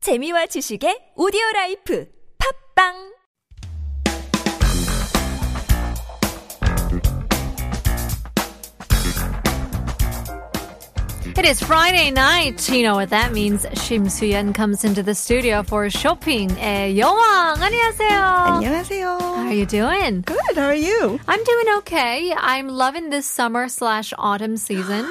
재미와 지식의 오디오 라이프 팝빵 It is Friday night. You know what that means. Shim Suyeon comes into the studio for shopping. Eh, Yowang, 안녕하세요. How 안녕하세요. are you doing? Good. How are you? I'm doing okay. I'm loving this summer slash autumn season.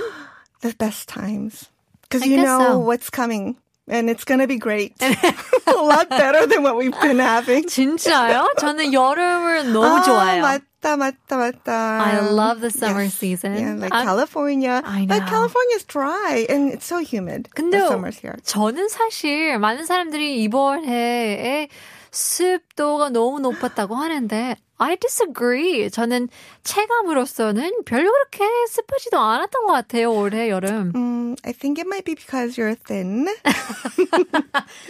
The best times. Because I you guess know so. what's coming. And it's going to be great. a lot better than what we've been having. 진짜요? 저는 여름을 너무 아, 좋아해요. 맞다, 맞다, 맞다. I love the summer season. Yeah, like I'm- California. I know. But California's dry and it's so humid. 근데 the summer's here. 저는 사실 많은 사람들이 이번 해에 습도가 너무 높았다고 하는데 I disagree. 저는 체감으로서는 별로 그렇게 습하지도 않았던 것 같아요 올해 여름. Mm, I think it might be because you're thin.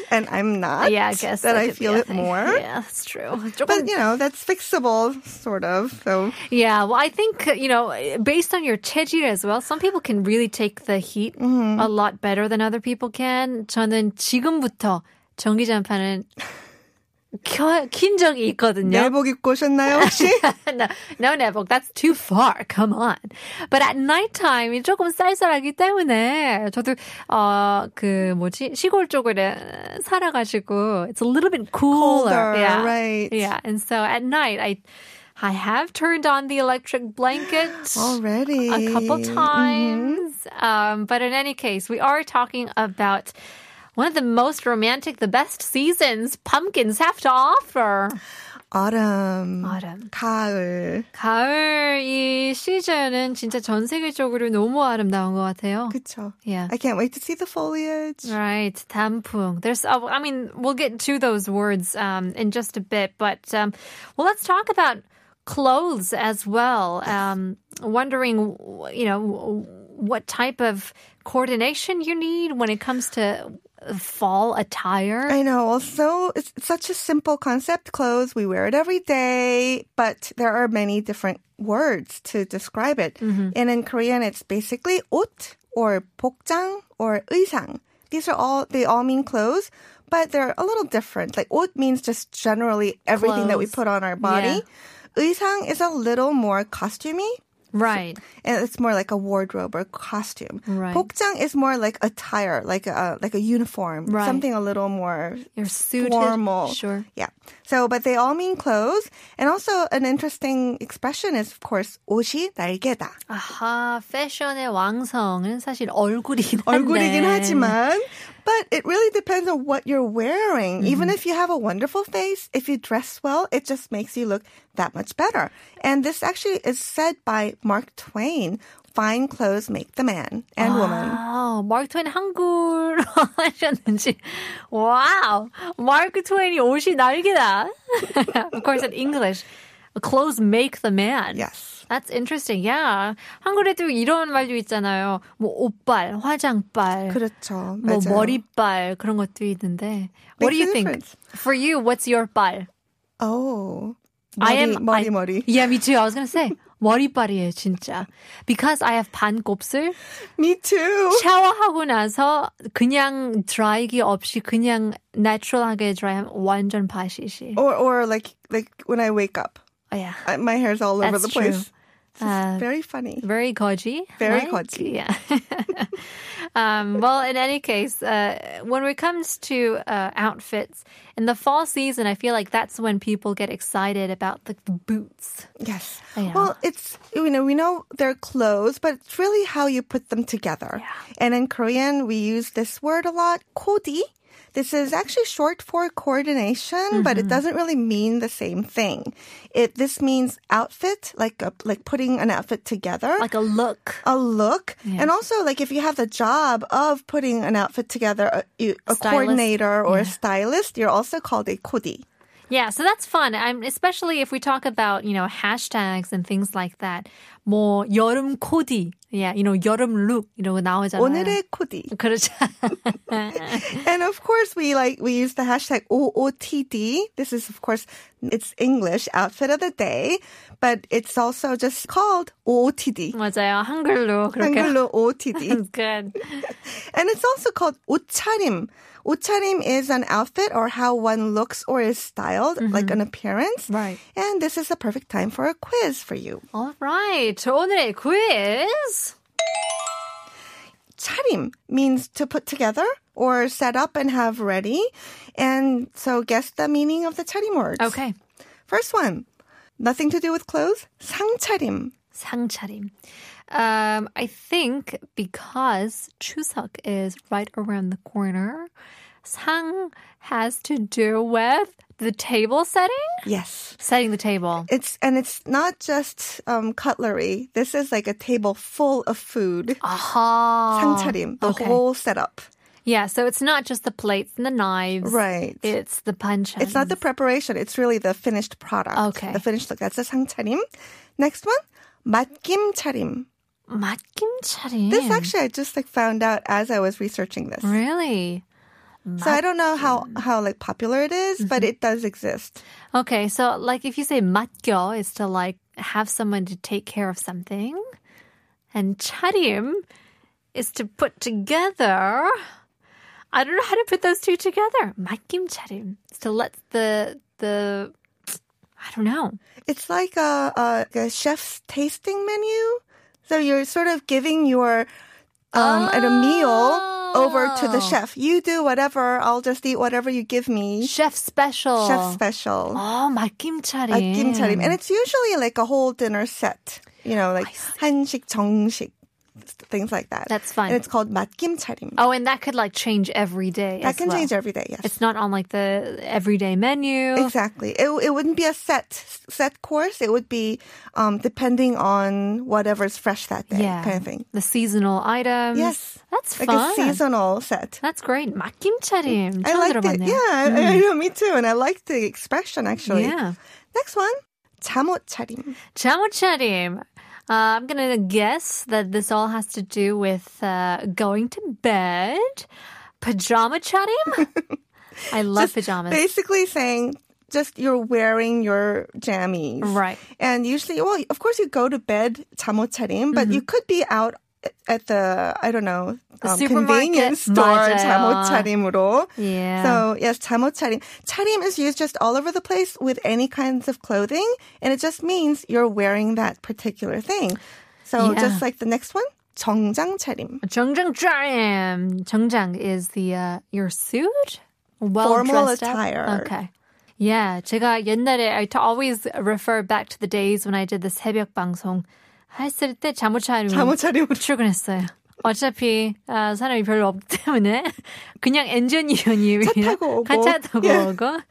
and I'm not. Yeah, I guess that I could be feel a it thing. more. Yeah, that's true. 조금 But, you know, that's fixable, sort of. So. Yeah, well, I think you know, based on your 체질 as well, some people can really take the heat Mm-hmm. a lot better than other people can. 저는 지금부터 전기 잠판은 켜, 킨 적이 있거든요. 내복 입고 오셨나요, 혹시? no, no, Neville, that's too far. Come on. But at nighttime, 조금 쌀쌀하기 때문에 저도 어, 그 뭐지 시골 쪽에 살아가지고 it's a little bit cooler. Colder, yeah, right. Yeah, and so at night, I I have turned on the electric blanket. Oh, Already. A couple times. Mm-hmm. Um, but in any case, we are talking about one of the most romantic, the best seasons pumpkins have to offer. Autumn. Autumn. 가을. 가을 이 시즌은 진짜 전 세계적으로 너무 아름다운 것 같아요. 그쵸. Yeah. I can't wait to see the foliage. Right, 단풍. There's, uh, I mean, we'll get to those words um, in just a bit, but um, well, let's talk about clothes as well. Um, wondering, you know, what type of coordination you need when it comes to fall attire. I know. Also, it's it's such a simple concept. Clothes, we wear it every day, but there are many different words to describe it. Mm-hmm. And in Korean, it's basically 옷 or 복장 or 의상. These are all, they all mean clothes, but they're a little different. Like 옷 means just generally everything that we Clothes. put on our body. 의상 is a little more costumey. right. and it's more like a wardrobe or costume. Right. Pokjang is more like attire, like a like a uniform, Right. something a little more You're suited. formal. Sure. Yeah. So, but they all mean clothes, and also an interesting expression is of course 옷이 날개다. 아하, 패션의 왕성은 사실 얼굴이긴 한데. 얼굴이긴 하지만, but it really depends on what you're wearing. Mm-hmm. Even if you have a wonderful face, if you dress well, it just makes you look that much better. And this actually is said by Mark Twain. Fine clothes make the man and woman. 아, 마크 트웨인 한국어 하셨는지. 와우. 마크 트웨인이 옷이 날개다. of course in English. Clothes make the man. Yes. That's interesting. Yeah. 한글에도 이런 말도 있잖아요. 뭐 옷발, 화장발. 그렇죠. 뭐 맞아요. 머리발 그런 것도 있는데. What do Makes you a think? difference. For you, what's your 발? Oh. I 머리, am- 머리 I- 머리. Yeah, me too. I was gonna say 머리발이에요, 진짜. Because I have 반곱슬. Me too. 샤워하고 나서 그냥 드라이기 없이 그냥 내추럴하게 드라이하면 완전 바시시. Or or like like when I wake up, 아, 야. I- my hair's all over That's Uh, the place. 아, Very funny. very 거지. Very right? 거지. Yeah. um, well, in any case, uh, when it comes to uh, outfits, in the fall season, I feel like that's when people get excited about the, the boots. Yes. Yeah. Well, it's you know we know they're clothes, but it's really how you put them together. And in Korean, we use this word a lot, kodi. This is actually short for coordination, but Mm-hmm. it doesn't really mean the same thing. It this means outfit, like a, like putting an outfit together, Like a look. a look and also like if you have the job of putting an outfit together a, you- a Stylist. coordinator or a stylist you're also called a kodi Yeah, so that's fun. I'm especially if we talk about, you know, hashtags and things like that. 뭐 여름 코디, yeah, you know 여름 룩 이런 거 나오잖아요. 오늘의 코디. 그렇죠. And of course, we like we use the hashtag OOTD. This is of course it's English outfit of the day, but it's also just called OOTD. 맞아요. 한글로 그렇게. 한글로 OOTD. Good. And it's also called 옷차림. 옷차림 is an outfit or how one looks or is styled, like an appearance. Mm-hmm. Right. And this is the perfect time for a quiz for you. All right. 오늘의 quiz. 차림 means to put together or set up and have ready. And so guess the meaning of the 차림 words. Okay. First one, nothing to do with clothes. 상차림. 상차림. Um, I think because Chuseok is right around the corner, 상 has to do with the table setting, Yes. setting the table. It's and it's not just um, cutlery. This is like a table full of food. Aha. 상차림, the okay. whole setup. Yeah, so it's not just the plates and the knives. Right. It's the punch. It's not the preparation. It's really the finished product. Okay. The finished look. That's a 상차림. Next one, 맛김 차림. 맛김차림. This actually I just like found out as I was researching this. really. So I don't know how how like popular it is, but Mm-hmm. it does exist. Okay, so like if you say 맡겨 is to like have someone to take care of something, and 차림 is to put together. I don't know how to put those two together. 맡김 차림 is to let the the I don't know. It's like a, a, a chef's tasting menu. So you're sort of giving your um at a meal over to the Oh. chef. You do whatever. I'll just eat whatever you give me. Chef special. Chef special. Oh, 맡김 차림. 맛김 차림. And it's usually like a whole dinner set. You know, like 한식, 정식, things like that. That's fun. And it's called 맛김 차림. Oh, and that could like change every day. that as can well. change every day, yes. It's not on like the everyday menu. Exactly. It, it wouldn't be a set set course. It would be um, depending on whatever's fresh that day, Yeah. kind of thing. The seasonal items. Yes, That's like fun. a seasonal set. That's great. 막김차림. I 처음 liked it. 들어봤네요. Yeah, I, I know. Me too. And I liked the expression actually. Mm. Yeah. Next one, 잠옷 차림. 잠옷차림. Uh, I'm gonna guess that this all has to do with uh, going to bed. Pajama chatim. I love pajamas. Basically saying just you're wearing your jammies. Right. And usually, well, of course, you go to bed 잠옷 차림, but you could be out at the I don't know Mm-hmm. The um, supermarket. convenience store 맞아요. 잠옷 차림으로. Yeah. So yes, 잠옷 차림. 차림 is used just all over the place with any kinds of clothing, and it just means you're wearing that particular thing. So Yeah. just like the next one, 정장 차림. 정장 charim. 정장 is the uh, your suit. Well Formal dressed up? attire. Okay. Yeah, 제가 옛날에 I to always refer back to the days when I did this 새벽 방송 했을 때 잠옷 차림 잠옷 차림으로. 출근했어요. 어차피 아, 사람이 별로 없기 때문에 그냥 엔지니어님이 차 타고 오고. 같이 타고 예. 오고,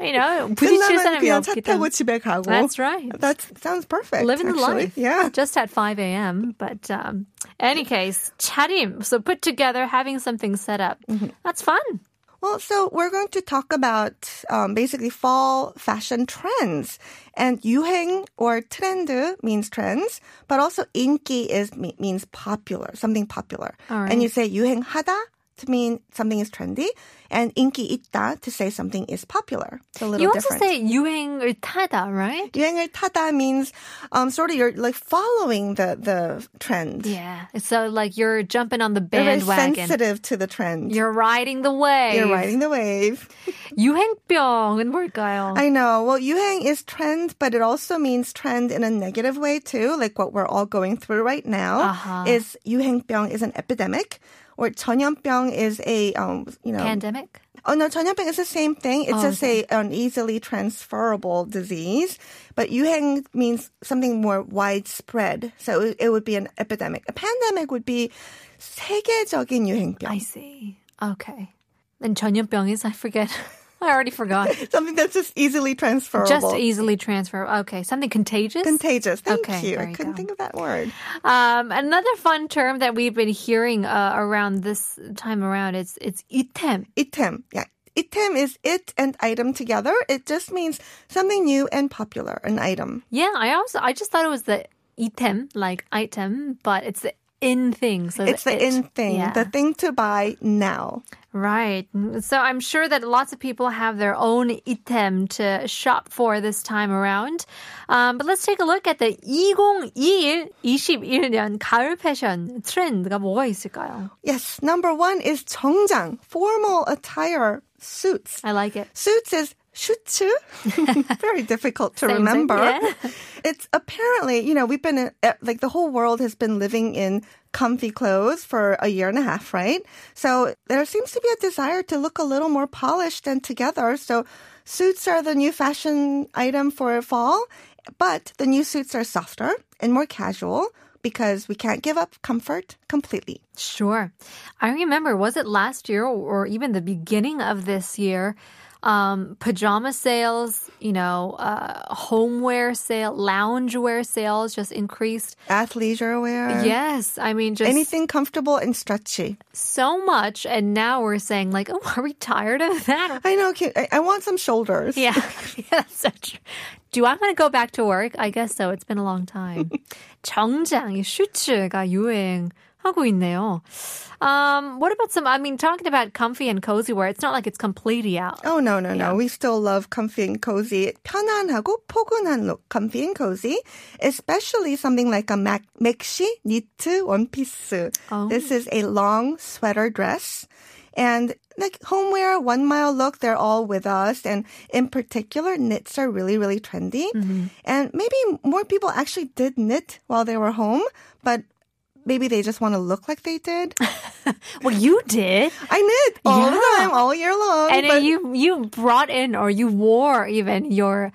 you know, 부딪힐 끝나면 사람이 그냥 차 없기 타고 때문에. 집에 가고. That's right. That sounds perfect. Living the actually. life. Yeah. Just at 5 a.m. But um, any case, 차림. So put together, having something set up. Mm-hmm. That's fun. Well, Oh, so we're going to talk about um, basically fall fashion trends. And 유행 or trend means trends, but also 인기 is me- means popular, something popular. All right. And you say 유행하다 to mean something is trendy, and 인기 있다 to say something is popular. It's a little You also different. say 유행을 타다, right? 유행을 타다 means um, sort of you're like following the the trend. Yeah. So like you're jumping on the You're very bandwagon. sensitive to the trend. You're riding the wave. you're riding the wave. 유행병은 뭘까요? I know. Well, yuhang is trend, but it also means trend in a negative way too, like what we're all going through right now. Uh-huh. Is yuhangbyung is an epidemic, or 전염병 is a um, you know. Pandemic. Oh no, 전염병 is the same thing. It's Oh, just a an easily transferable disease, but yuhang means something more widespread. So it, it would be an epidemic. A pandemic would be 세계적인 유행병. I see. Okay. And 전염병 is I forget. I already forgot. Something that's just easily transferable. Just easily transfer. Okay, something contagious. contagious. Thank Okay, you. there I you couldn't go. think of that word. um, another fun term that we've been hearing uh, around this time around is it's item. item. Yeah. Item is it and item together. It just means something new and popular, an item. Yeah, I also I just thought it was the item, like item, but it's the in thing. So It's the it- in thing, yeah. the thing to buy now. Right. Mm, So I'm sure that lots of people have their own item to shop for this time around. Um, but let's take a look at the 2021, 21년 가을 패션 트렌드가 뭐가 있을까요? Yes, number one is 정장, formal attire suits. I like it. Suits is 슈츠. Very difficult to Same thing, remember. yeah. It's apparently, you know, we've been in, eh, like the whole world has been living in comfy clothes for a year and a half, right? So there seems to be a desire to look a little more polished and together. So suits are the new fashion item for fall, but the new suits are softer and more casual because we can't give up comfort completely. Sure. I remember, was it last year or even the beginning of this year? Um, pajama sales, you know, uh, homeware sale, loungewear sales just increased. Athleisure wear. Yes. I mean, just. Anything comfortable and stretchy. so much and now we're saying like oh are we tired of that I know. Can, I, I want some shoulders. yeah, yeah that's so true do I want to go back to work? I guess so. It's been a long time. 정장, 이 슈츠가 유행하고 있네요. Um, what about some, I mean, talking about comfy and cozy wear, it's not like it's completely out. Oh no no no! We still love comfy and cozy. 편안하고 포근한 look, comfy and cozy, especially something like a mac maxi knit one piece. Oh. This is a long sweater dress, and like homeware, one mile look, they're all with us. And in particular, knits are really really trendy, Mm-hmm. and maybe more people actually did knit while they were home, but. Maybe they just want to look like they did. Well, you did. I knit all the Yeah. time, all year long. And but- you, you brought in or you wore even your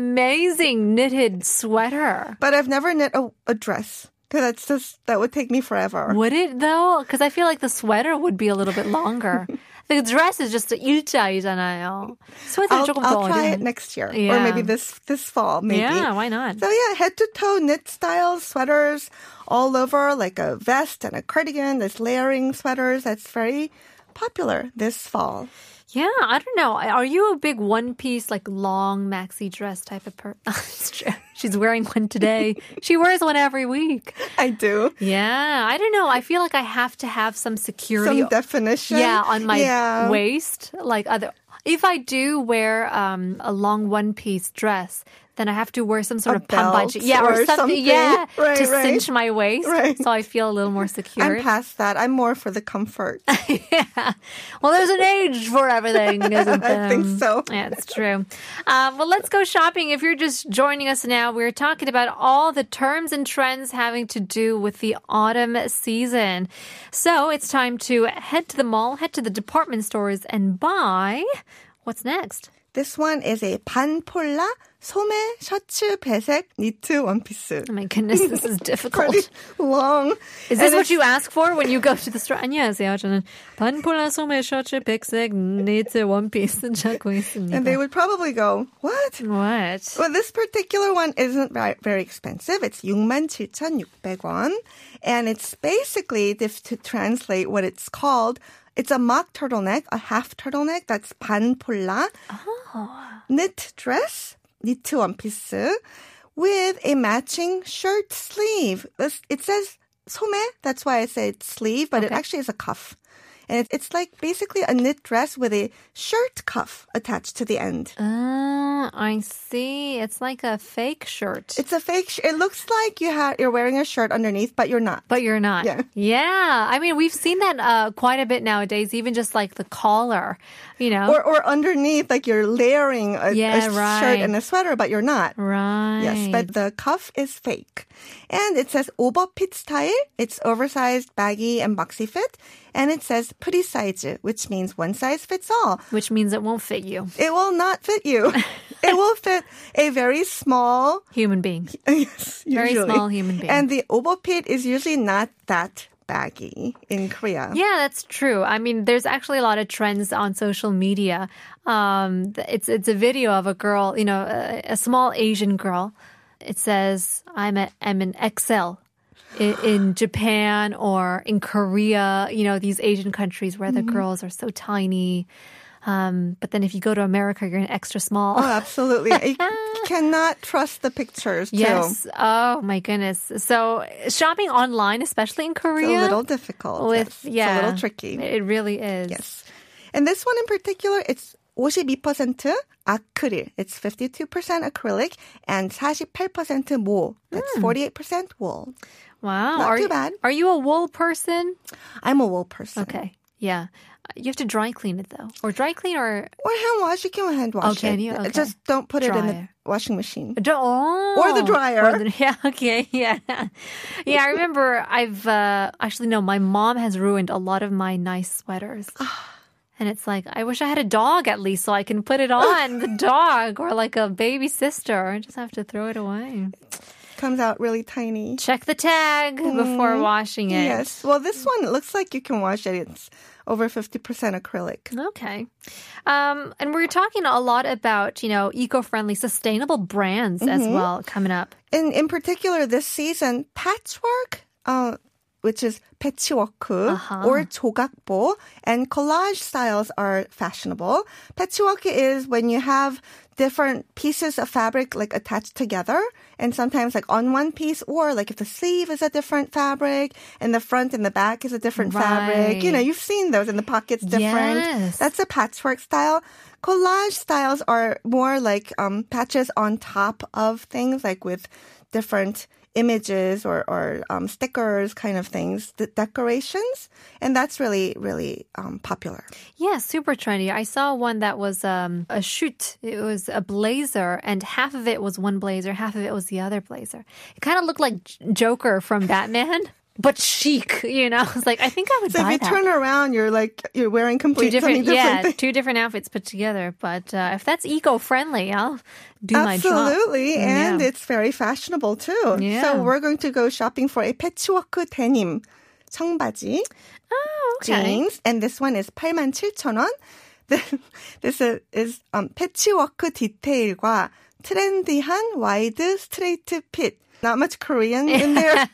amazing knitted sweater. But I've never knit a, a dress because that's just that would take me forever. Would it though? Because I feel like the sweater would be a little bit longer. the dress is just 일자이잖아요. 스웨터 I'll, 조금 더 I'll try it 어려운- next year or Yeah. maybe this this fall maybe. Yeah, why not? So yeah, head to toe knit styles, sweaters all over, like a vest and a cardigan. There's layering sweaters. That's very popular this fall. Yeah, I don't know. Are you a big one piece, like long maxi dress type of person? She's wearing one today. she wears one every week. I do Yeah, I don't know. I feel like I have to have some security some definition. Yeah, on my yeah. waist, like other. If I do wear um, a long one piece dress, then I have to wear some sort of A pambaji, belt yeah, or or, something, something. yeah, Right, to right. cinch my waist, Right. so I feel a little more secure. I'm past that. I'm more for the comfort. Yeah. Well, there's an age for everything, isn't there? I think so. Yeah, it's true. Um, well, let's go shopping. If you're just joining us now, we're talking about all the terms and trends having to do with the autumn season. So it's time to head to the mall, head to the department stores, and buy. What's next? This one is a 반폴라 소매 셔츠 배색 니트 원피스. Oh my goodness, this is difficult. pretty long. Is this what you ask for when you go to the store? 안녕하세요. 저는 반폴라 소매 셔츠 백색 니트 원피스 찾고 있습니다. And they would probably go, what? What? Well, this particular one isn't very, very expensive. It's 67,600원. And it's basically, if to translate what it's called, it's a mock turtleneck, a half turtleneck. That's 반폴라. Knit dress, 니트 원피스. With a matching shirt sleeve. This- It says 소매. That's why I said sleeve, but it actually is a cuff. And it's, it's like basically a knit dress with a shirt cuff attached to the end. Ah, I see. It's like a fake shirt. It's a fake. Sh- it looks like you ha- you're wearing a shirt underneath, but you're not. but you're not. Yeah. Yeah. I mean, we've seen that uh, quite a bit nowadays, even just like the collar, you know? or or underneath, like you're layering a, a Yeah, shirt right. and a sweater, but you're not. right. Yes, but the cuff is fake. And it says overfit style. It's oversized, baggy, and boxy fit. And it says pretty size, which means one size fits all. Which means it won't fit you, It will not fit you. it will fit a very small human being. yes, Very usually. small human being. And the overfit is usually not that baggy in Korea. Yeah, that's true. I mean, there's actually a lot of trends on social media. Um, th- it's it's a video of a girl, you know, a, a small Asian girl. It says, "I'm a, I'm an XL." In, in Mm-hmm. Japan or in Korea, you know, these Asian countries where the girls are so tiny. Um, but then if you go to America, you're an extra small. Oh, absolutely. you cannot trust the pictures, too. Yes. Oh my goodness. So shopping online, especially in It's Korea, a little difficult. with yes. yeah, It's a little tricky. It really is. Yes. And this one in particular, it's 52% acrylic. It's 52% acrylic and 48% wool. That's Hmm. 48% wool. Wow. Not are too you, bad. Are you a wool person? I'm a wool person. Okay. Yeah. You have to dry clean it though, or dry clean or Or hand wash. You can hand wash Oh, can it. you? Okay. Just don't put it in the Dryer. washing machine. D- oh. Or the dryer. Or the- yeah. Okay. Yeah. Yeah. I remember. I've uh, actually no. My mom has ruined a lot of my nice sweaters. Ah. And it's like I wish I had a dog at least, so I can put it on the dog or like a baby sister. I just have to throw it away. Comes out really tiny. Check the tag before Mm-hmm. washing it. Yes. Well, this one it looks like you can wash it. It's over 50% acrylic. Okay. Um, and we're talking a lot about, you know, eco friendly, sustainable brands as Mm-hmm. well coming up. In in particular, this season, patchwork, uh, which is patchwork or 조각보, and collage styles are fashionable. Patchwork is when you have different pieces of fabric like attached together, and sometimes like on one piece, or like if the sleeve is a different fabric, and the front and the back is a different fabric. You know, Right. you've seen those, and the pockets different. Yes. That's a patchwork style. Collage styles are more like um, patches on top of things, like with different images or, or um, stickers kind of things, the decorations. And that's really, really um, popular. Yeah, super trendy. I saw one that was um, a shoot. It was a blazer, and half of it was one blazer, half of it was the other blazer. It kind of looked like J- Joker from Batman, but chic, you know? It's like, I think I would So buy if you that. turn around, you're like, you're wearing Two complete something different, yeah, different. thing. two different outfits put together. But uh, if that's eco-friendly, I'll do Oh my job. Absolutely, and Yeah. it's very fashionable too. Yeah. So we're going to go shopping for a patchwork denim 청바지. Oh, okay. jeans, and this one is 87,000원. this is, is um, 패치워크 디테일과 트렌디한 와이드 스트레이트 핏. Not much Korean in there.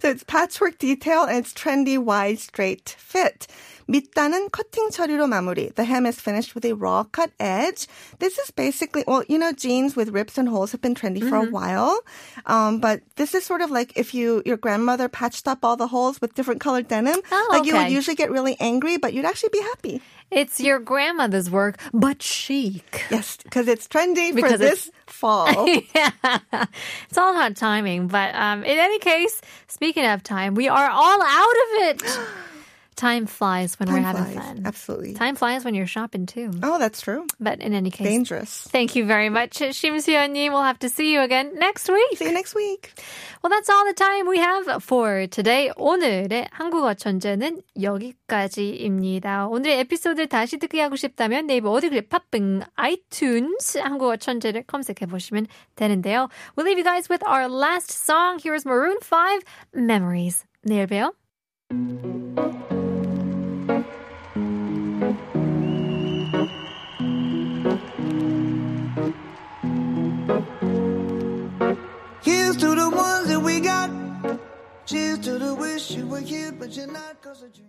so it's patchwork detail and it's trendy wide straight fit. 밑단은 커팅 처리로 마무리. The hem is finished with a raw cut edge. This is basically, well, you know, jeans with rips and holes have been trendy for Mm-hmm. a while. Um, but this is sort of like if you, your grandmother patched up all the holes with different colored denim. Oh, like you would okay. usually get really angry, but you'd actually be happy. It's your grandmother's work, but chic. Yes, because it's trendy for Because it's- this fall. yeah. It's all about timing. But um, in any case, speaking of time, we are all out of it. time flies when we're Time having flies. fun. Absolutely. Time flies when you're shopping too. Oh, that's true. But in any case, Dangerous. thank you very much, Shim Seon-yi. We'll have to see you again next week. See you next week. Well, that's all the time we have for today. 오늘의 한국어 천재는 여기까지입니다. 오늘의 에피소드를 다시 듣기 하고 싶다면 네이버 오디오 클립 팟빵 아이튠즈 한국어 천재를 검색해 보시면 되는데요. We'll leave you guys with our last song. Here's Maroon 5, Memories. 내일 봬요. Here's to the ones that we got. Cheers to the wish you were here, but you're not, cause a dream.